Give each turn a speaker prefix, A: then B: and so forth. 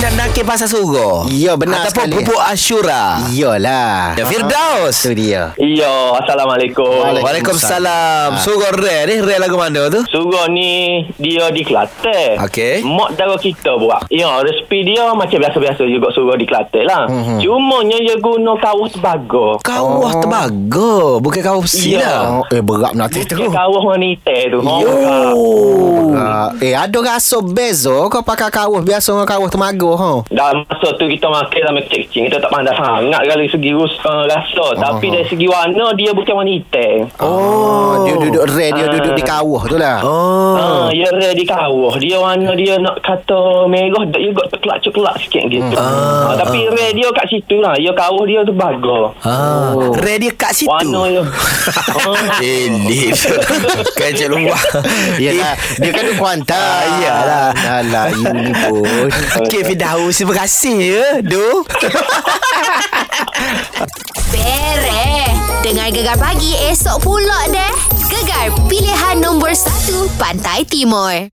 A: Nak nakir pasal surau
B: Ya, benar
A: Ataupun
B: sekali.
A: pupuk asyura
B: Iyalah.
A: Ya, Firdaus
B: Itu dia.
C: Yo, Assalamualaikum.
A: Waalaikumsalam
B: Ha.
A: Surau rare ni Rare lagu mana tu?
C: Surau ni dia di Kelantan.
A: Okey.
C: Mak dara kita buat. Ya, resipi dia macam biasa-biasa juga surau di Kelantan lah. Mm-hmm.
A: Mhm.
C: Cumanya dia guna kawah sebago.
A: Kawah
B: Oh.
A: tembaga Bukan kawah besi
C: Ya.
A: lah
B: Oh, eh berat nak cerita tu.
C: Dia kawah wanita tu. Oh,
A: Yo. "Oh."
B: Ah, eh ada rasa bezo kau pakai kawah biasa dengan kawah temago ha.
C: Dalam masa tu kita makan dalam kecil-kecil Kita tak pandai sangat dari segi rus, uh, rasa Tapi dari segi warna dia bukan wanita
B: Oh, dia duduk rare dia
C: Ah.
B: duduk di kawah tu lah.
A: Oh
C: Ah, ya rare di kawah. Dia warna dia nak kata merah dia juga coklat-coklat sikit gitu. Ah, tapi rare dia kat situ lah. Ya kawah dia tu bagus.
B: Oh.
A: Ah, Rare dia kat situ
C: Warna dia. Oh. Ah.
B: Eh,
A: Elit Kan cik luar
B: Iyalah, dia kan duduk Kuantan.
A: eh. Ah, iyalah.
B: Alah, ini pun.
A: Okay Firdaus Terima kasih ya Du
D: Bereh. Dengar Gegar Pagi esok pulak deh. Gegar pilihan nombor 1 Pantai Timur.